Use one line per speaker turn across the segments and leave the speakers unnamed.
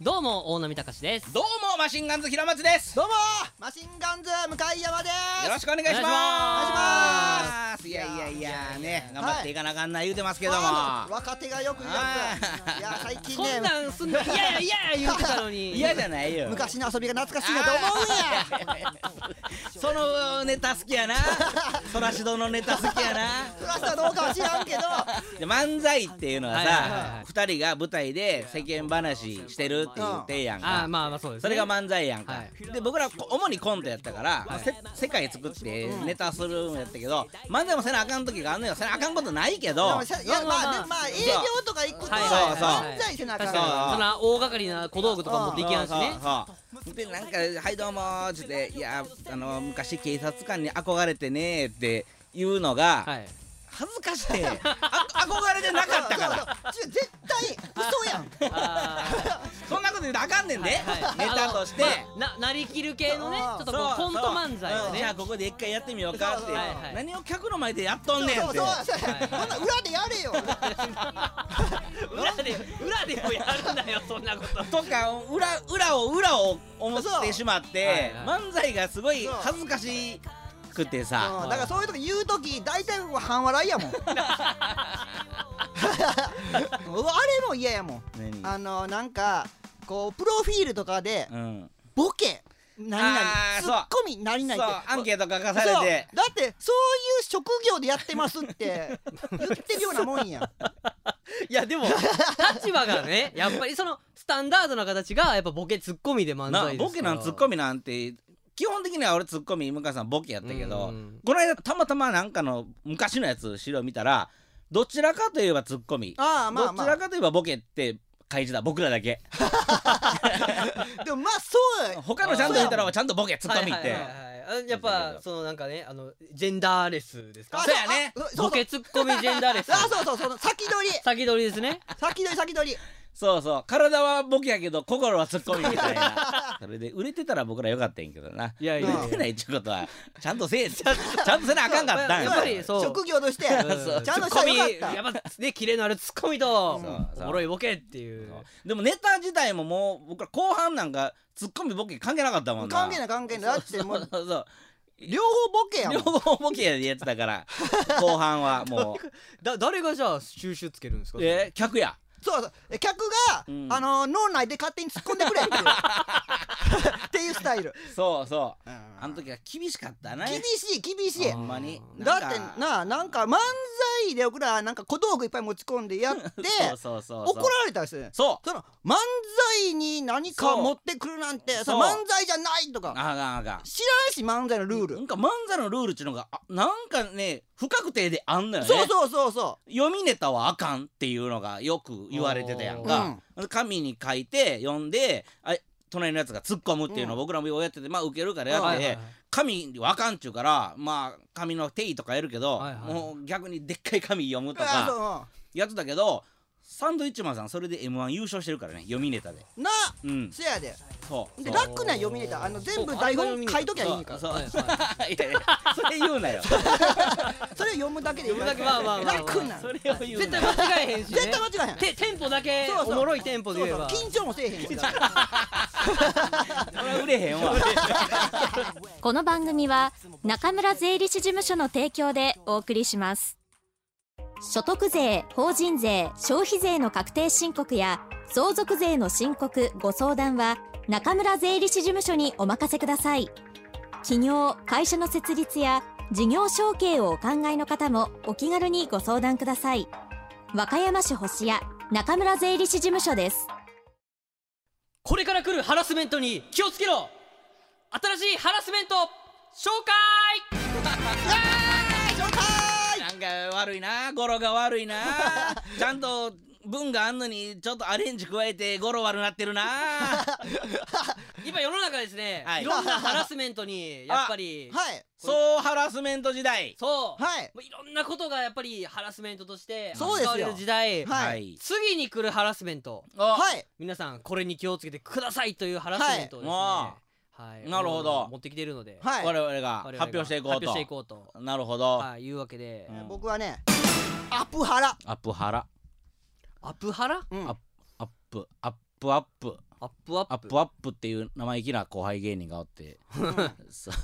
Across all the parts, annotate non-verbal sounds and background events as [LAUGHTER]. どうも大波隆です
どうもマシンガンズ平松です
どうもマシンガンズ向井山で
よろ
す
しくお願いします
お願
いします
いやいやいやね
いや
頑張っていかなあかんな言うてますけども、
あの若手がよく言うや
あ
ついや最近
こん
ね
なんすんのいやいやいや言ってたのに
嫌じゃないよ
昔の遊びが懐かしいなと思うんや
そのネタ好きやなそらしどのネタ好きやな
そらしたらどうかは知らんけど
で漫才っていうのは
はいはいはいは
さ
い
二人が舞台で世間話してるっていうてやん
あ
か
ーまあまあそうです
そ
ね
れが漫才やんか、
はい
で僕らこ主にコントやったから、せ世界作ってネタするんやったけど漫才もせなあかん時があんのよせなあかんことないけど
でもさい
まあ
や
ま
ま
あ
あ
まあ
ねまあ営業とか行くと
はい
はいはい
漫才せなあかん
確
か
かに
そ
ら
う
そんな大掛かりな小道具とか持っていけやんしね
そうそうでなんか「はいどうも」っつって「いやあの昔警察官に憧れてね」って言うのが、
はい
恥ずかしいあ憧れてなかったから
ら絶対嘘やん
あー
そんなこと言うとあかんねんで、
はい
ネタとして。
あのまあななりきる系のねち
あ
ょ
ー
っとこうコント漫才を
うんじ
ね
ゃあここで一回やってみようかって
そうそう
はいはい
何を客の前でやっとんねん
そ
っ
う
て
そうそうこんな裏でやれよ
裏で裏でもやるなよそんなこと
とか裏裏を裏を思っ
そ
て
う
しまっ
はい
て
は
漫才がすごい
そう
恥ずかしくて
う
さ
んだからそういうとき言うとき大体僕は半笑いやもんうわあれも嫌やもん
何
あのなんかこうプロフィールとかで
うん
ボケ何々
あー
ツ
そう
ッコミ何
そう
々って
アンケート書か
そう
されて
だってそういう職業でやってますって言ってるようなもんや
いやでも立場がねやっぱりそのスタンダードな形がやっぱボケツッコミで漫
な
才ですから
ボケなんツッコミなんて基本的には俺ツッコミ向川さんボケやったけ
う
ど
ん
この間たまたまなんかの昔のやつ資料見たらどちらかといえばツッコミ
ああまあ
ど
ま
ちら
あ
かといえばボケって開示だ僕らだけ
でもまあそうや
他のちゃんと言ったらちゃんとボケツッコミっ
はい
て
はいはいはいあやっぱそのなんかねあのジェンダーレスですか
あ
そうやね
あそうそ
ボ
う
ケツッコミジェンダーレス
あそうそうその先取り
先取りですね
先取り先取り
そうそう体はボケやけど心はツッコミみたいなそれで売れてたら僕らよかったんやけどない
やいやいや
売れてないっちゅうことはちゃんとせ
[LAUGHS]
えちゃんちゃんとせなあかんかった
や
んや
っぱりそう
職業としてちゃんと
うん
したら
ツッコミ
よかった
やっぱね綺麗のあるツッコミと
うん
そう
お
そう
もろいボケっていう
でもネタ自体ももう僕ら後半なんかツッコミボケ関係なかったもんな
関係ない関係ないだってもう
そうそう
両方ボケやも
両
ん
方ボケでやってたから後半はもう
だ誰がじゃあ収集つけるんですか
[LAUGHS]
え客や
そうそうえ客が、
うん
あの脳内で勝手に突っ込んでくれっていうっていうスタイル
そうそうあの時は厳しかったね
厳しい厳しい
ほんまに
だっ
なんか
てななんか漫才で僕らなんか小道具いっぱい持ち込んでやって
[LAUGHS] そうそうそうそう
怒られたりする
そう
その漫才に何か持ってくるなんて
そう
その漫才じゃないと
あ
か
かんあかん
知らんし漫才のルール、
なんか漫才のルールっちゅうのがあなんかね不確定であんのよね
そうそうそうそ
読みネタはあかんっていうのがよく言われてたやんか、紙に書いて読んであ隣のやつが突っ込むっていうのを僕らもようやってて、まあ受けるからやって、
はいはいはい
紙はあかんっちゅうからまあ紙の定位とかやるけど、
はいはい
もう逆にでっかい紙読む
う
と
あ
か
そ
やってたけどサンドイッチマンさんそれで m 1優勝してるからね読みネタで
うな
うん
せやで
そう
で
そう
楽な読みネタあの全
そ
部
う
台本書いときゃいいか
そう
ら
そう
はいはい
[LAUGHS] いやいやそれ言う
[LAUGHS]
なよ
それを読むだけでいい
それだけまあまあまあまあ
楽な
それを言う
絶
な
対
よ
間違えへんしね
絶対間違えへん
てテンポだけ
そうそう
おもろいテンポで言えば
そうそう緊張もせえへ
[LAUGHS]
んしな
それは売れへんわ
この番組は中村税理士事務所の提供でお送りします所得税法人税消費税の確定申告や相続税の申告ご相談は中村税理士事務所にお任せください企業会社の設立や事業承継をお考えの方もお気軽にご相談ください和歌山市星谷中村税理士事務所です
これから来るハラスメントに気をつけろ新しいハラスメント紹介
なんか悪いな語呂が悪いなちゃんと文があんのにちょっとアレンジ加えて語呂悪なって
[LAUGHS]
るな
今世の中ですね、、
はいい
ろんなハラスメントにやっぱり、
はい
そうハラスメント時代
そう、
はい
もういろんなことがやっぱりハラスメントとして使
そうですよ
われる時代、
はい
次に来るハラスメント
は
はい
皆さんこれに気をつけてくださいというハラスメントをですね、
は
はい
なるほど
持ってきているので、
い
はい
我々が
我々が
発表していこう
発表
と
していこうと、
なるほど
はい、いうわけで、
うん
僕はねアップハラ
アップハラ
アップハラ
うん
アップアップアップ
アップア
ア
ッ
ッ
プ
プアップっていう生意気な後輩芸人がお
[LAUGHS]
って、そう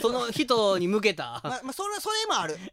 その人に向けた
ままそれそれもあ
[LAUGHS]
る
じ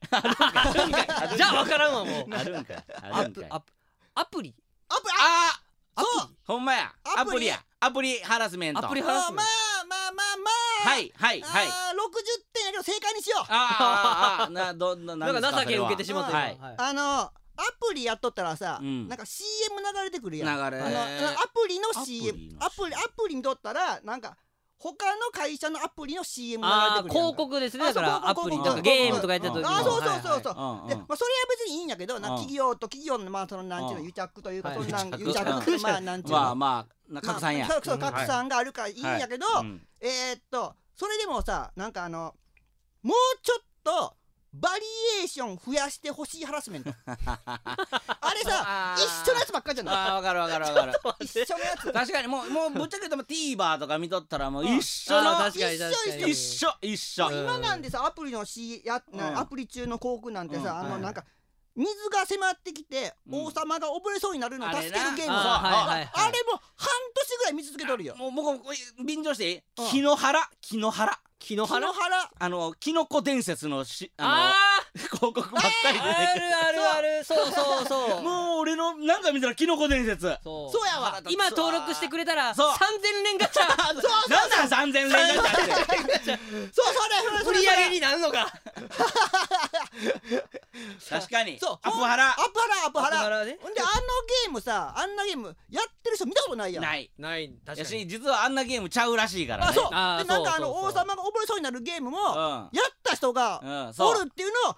ゃあ分からんわもう
あるんかいあ
アッ
るんか
プ
い
アップアプリ
アップ
あ
あそう
ほんまや
ア
ア
プリ
プリやアプリハラスメント
アプリ
ま
ハラ
あ
スメン
ま
ト
あまあまあまあ
はいはいはい
あー60点やけど正解にしよう
あーあーあーなどんな
なんか情け受けてしまったよ
はい
はい
あのアプリやっとったらさ、
うん
なんか CM 流れてくる
流
や
れ
んあのあのアプリの CM ア
ア
プリアプリにとったらなんか他の会社のアプリの CM 流
あ
れ
あ
てくるやん
広告ですねだ
あ
から
そう
ア
広
プ
告
リとか
広告
ゲームとかやってた時
うん
の
あーそうそうそうそう、
はいはい
で
うんう
ま
ん
あ、それは別にいいんやけどなんか
うん
企業と企業のまあそのなんていう
う
の
ん
癒着というか
はい
そんなん
癒着
癒着って
うん
まあなんていうの
[LAUGHS] まあまあな拡散や
まあそうそう拡散があるからいいんやけど、
うん
えーっとそれでもさなんかあのもうちょっとバリエーション増やしてほしいハラスメントあれさ
あー
一緒のやつばっかりじゃない
あーわかるわかるわ [LAUGHS] かる
一緒のやつ
確かにもうもうぶっちゃけ言うともう TVer とか見とったらもう一緒
あー
の
確かに確かに
一緒一緒
うん
今なんでさアプリの C や、な
うん
アプリ中の広告なんてさ、
うん
あ
は
の
い
なんか水が迫ってきて、
うん
王様が溺れそうになるのを助けるゲー
あ
ム
れ
さ
な
あーはいはい
あ
はい
れもう半年ぐらい見続けとるよ
もう僕これ便乗していい
うん
木の原木の原
木の
木
花
の原
あのキノコ伝説のしあ
あ
の広告ばっかり
ー
で
あるあるあるそうそうそう
もう俺のなんか見たらキノコ伝説
そう
そうやわ
今登録してくれたら3000
そう
連ガチャ [LAUGHS]
なんなん三千連ガチャって
そうそれそ
売
れ
り
そ
上
れ
げになるのか
確かに
そう
アップハラ
アップハラアップハラ
アップハラね
ほんであのゲームさあんなゲームやってる人見たことないやん
ない
ない確
や
かに
し実はあんなゲームちゃうらしいから
あ
ね
そう
あー
でなんかあ
そう
の
そ
王
うそう
様が溺れそうになるゲームも
う
や
ん
った人が
うん
お
そう
るっていうのを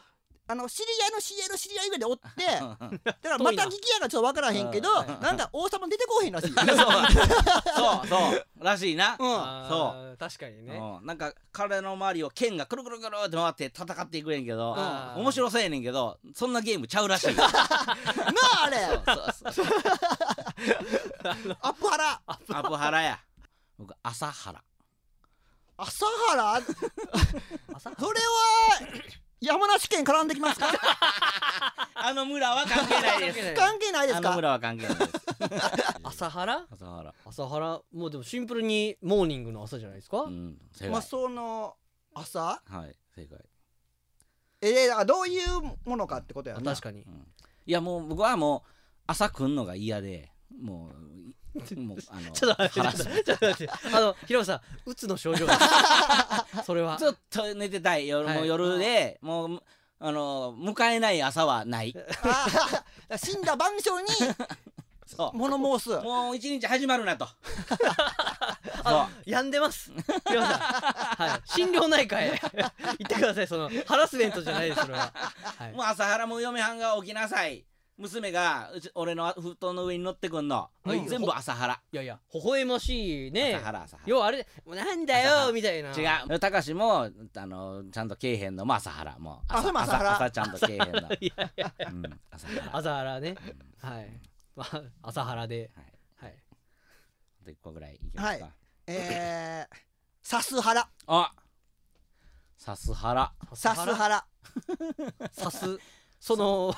あの知り合いの知り合いの知り合いぐらいでおってだ
うんうん
からまた聞きやがちょっとわからへんけど
遠いな
なんか王様出てこうへんらしい
そうそうそうらしいな
うん
あー確かにね
うんなんか彼の周りを剣がくるくるくるって回って戦っていくんやけど
あー
面白そうやねんけどそんなゲームちゃうらし [LAUGHS] い
なああれ
そうそう
アップハラ
アップハラや僕朝原
朝原
朝
それは山梨県絡んできますか
あの村は関係 [LAUGHS] ないです
関係ないです
あの
か
村は関係ないです
朝原
朝 [LAUGHS] 原
朝原もうでもシンプルにモーニングの朝じゃないですか、
うん正
まあ
解
その朝
はい正解
えー、どういうものかってことやな
確かに
うんいやもう僕はもう朝来んのが嫌でもういもうあ
[LAUGHS]
の [LAUGHS]
ちょっと待
ハ
っ
ラ
て
ス
ちょ [LAUGHS] っとちょっと待ってあの平本さんうつの症状です [LAUGHS] それは
ちょっと寝てたい夜,、
はい
もう夜でもうあの迎えない朝はない
[LAUGHS] あー死んだ晩鐘に
そう
物申
[LAUGHS]
す
もう一日始まるなとそ
病んでます平本さん、 [LAUGHS] はい、心療内科へ行ってくださいそのハラスメントじゃないですそれは、は
う
い
もう朝原も嫁はんが起きなさい娘がうち俺の布団の上に乗ってくんの、
うん
全部朝原
いやいや微笑ましいね
朝原朝原
要はあれもうなんだよみたいな
違うたかしもあのちゃんとけえへんのも朝原もう
あそれも朝原
朝朝ちゃんとけえへん
[LAUGHS]
の
いやいや
うん朝原
朝原ねはいまあ朝原で
はい
はい
あと一個ぐらいいきますか、
はいえー、サスハラ
あさすはら
サスハラ
刺すその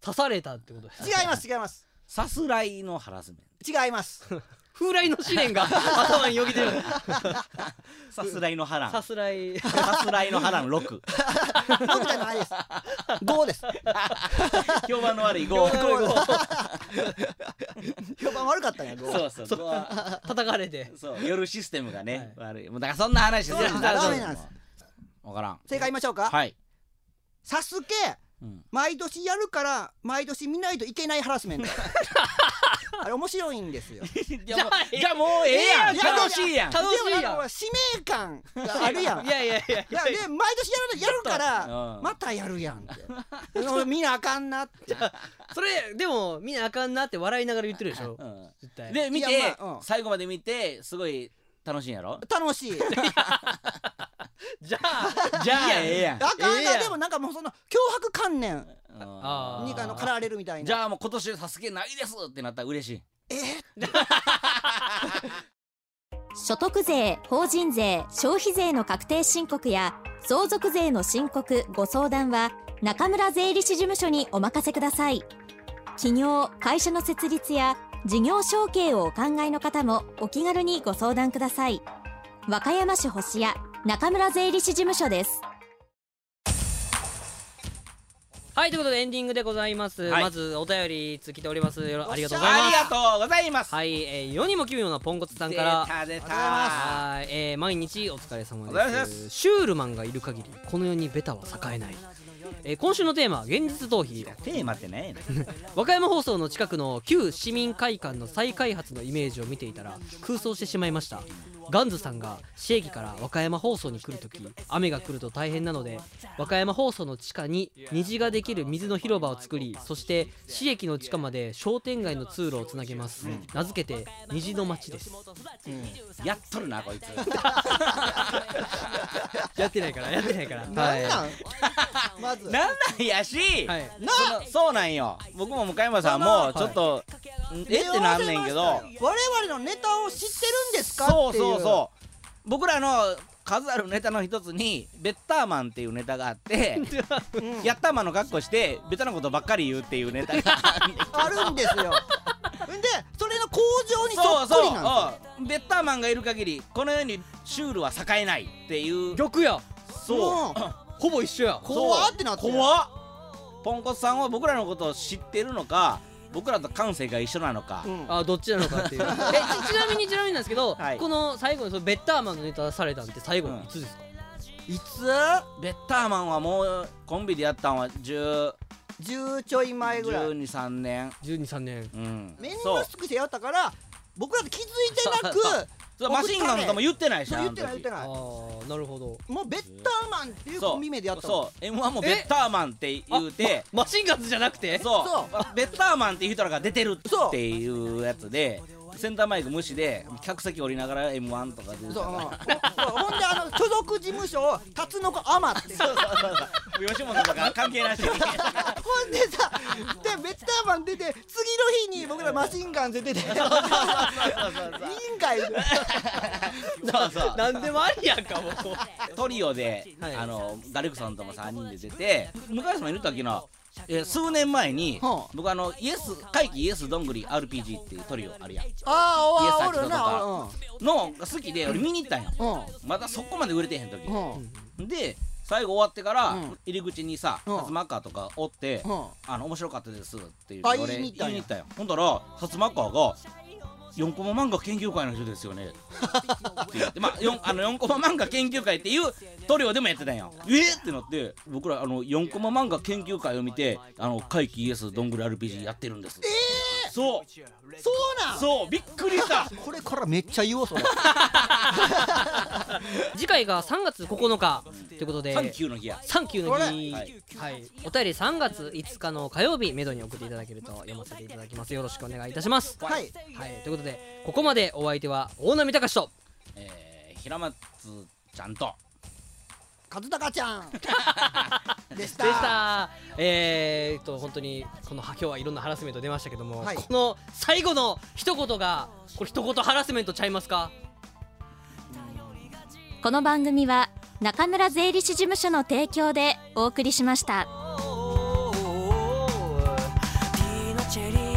刺されたってことです
違います違います
さすらいのハラスメン
違います
風来の試練
[LAUGHS]
が頭によぎてる
トさすらいの波乱
さすらい
さすらいの波乱6
僕じゃないです5です
評判の悪い5
評判悪かったんや5
そうそうそう
叩かれて
そう夜システムがね、悪いもうだからそんな話する
そうなんだダメなんです
分からん
正解言いましょうか、
はい、
サスケ
うん、
毎年やるから毎年見ないといけないハラスメントあれ面白いんですよ
じゃあじゃあもうええやん
いやいや
楽しいやん
楽しいやん
でもなんか使命感があるやん
いやいやいやい
いやで毎年やるやるから、
うん
またやるやんって [LAUGHS] その見なあかんなって
それでもみんなあかんなって笑いながら言ってるでしょ
うん
絶対
で見て、
いやまあうん
最後まで見てすごい楽しいんやろ
楽しい
じゃあ
[LAUGHS] じゃあええやん
あかん
ええや
なんでもなんかもうその脅迫観念
あ
にあ
ー
の駆られるみたいな
じゃあもう今年サスケないですってなったら嬉しい
所得税、法人税、消費税の確定申告や相続税の申告、ご相談は中村税理士事務所にお任せください。企業、会社の設立や事業承継をお考えの方もお気軽にご相談ください和歌山市星屋中村税理士事務所です
はいということでエンディングでございます、
はい
まずお便りつきておりますよろありがとうござい
あ
ま
り
す
がとうございます。
はい、えー、世にも奇妙なポンコツさん
出
から
た出た。
はい、えー、毎日お疲れ様
お疲れ様
で
ですす
シュールマンがいる限りこの世にベタは栄えない、えー、今週のテーマは現実逃避
テーマってね。
和歌山放送の近くの旧市民会館の再開発のイメージを見ていたら空想してしまいましたガンズさんが市駅から和歌山放送に来るとき雨が来ると大変なので和歌山放送の地下に虹ができる水の広場を作りそして市駅の地下まで商店街の通路をつなげます、名付けて虹の街です
やっとるなこいつ。 [LAUGHS]
やってないからやってないから
な
[LAUGHS]
んなんまず
なんなんやし。
はい
なそうなんよ。僕も向山さんもちょっとんえってなんねんけど。
我々のネタを知ってるんですか
そう
ってい
そうそう。僕らの数あるネタの一つにベッターマンっていうネタがあ
[LAUGHS]
って、
うん
やったーマンの格好してベタなことばっかり言うっていうネタが。
[LAUGHS] あるんで
[LAUGHS]
すよんでそれの工場にそ
そう
っく
そう
りなんで
うんベッターマンがいる限りこの世にシュールは栄えないっていう
玉や
すよ
そう
もう
ほぼ一緒や
怖ってなってる
怖っポンコツさんは僕らのことを知ってるのか僕らと感性が一緒なのか、
うん
あどっちなのかっていうえちちなみにちなみになんですけど、
はい
この最後にそのベッターマンのネタされたんって最後
うん
いつですか、
いつ
ベッターマンはもうコンビでやったんは1
10ちょい前ぐらい
1 2 3年
123年
うん
みん
そう
なすくしてやったから僕らと気づいてな
そ
く
うそうマシンガンとかも言ってないし
そう
な
言ってない言って
い
あ
な
あ
い
ーなるほど
もうベッターマンっていうコンビ名でやったの
そう m 1もベッターマンって言うて
マシンガンズじゃなくて
そう
そう
まあベッターマンっていう人らが出てる
そう
っていうやつでセンターマイク無視で客席降りながら m 1とかで
そううんほほんであの所属事務所をタツノコアマって
そうそうそうそう吉本とか関係なし
[LAUGHS]
に
ほんでさでベッターマン出て次の日に僕らマシンガンズ出ていいんかい
そうそう
なんでもありやんかもう
トリオで、
はい
あのガルクさんとも3人で出て向井さんもいる時のえー数年前に、
はあ
僕あのイエス怪奇イエスどんぐり RPG っていうトリオあるやん
ああお
イエス
るよなお
のが好きで俺見に行ったんよ
る
まだそこまで売れてへん時
うんうんうん
で最後終わってから、
うん
入り口にさ
うん
薩摩川とかおって
うん
あの面白かったですって言
あ
って俺
言いに行ったん
言
や
いに行ったよほんだら薩摩川が4コマ漫画研究会の人ですよねって言ってまあ4あの4コマ漫画研究会っていう塗料でもやってたんやえー、ってなって僕らあの4コマ漫画研究会を見てあの怪奇イエスどんぐり RPG やってるんですえそう
そうなん
そうびっくりした
これからめっちゃ言おうそれ
[LAUGHS] 次回が3月9日ということで
サンキューの日や
サンキューの日、は
はいい
お便り3月5日の火曜日めどに送っていただけると読ませていただきますよろしくお願いいたします
はい
はいということでここまでお相手は大波隆と
えー、平松ちゃんと
和孝ちゃんでした
でした。えー、っと本当にこの今日はいろんなハラスメント出ましたけども、
はい
この最後の一言がこれ一言ハラスメントちゃいますか？
この番組は中村税理士事務所の提供でお送りしました
Oh, oh, oh, oh, oh. Tino Cherry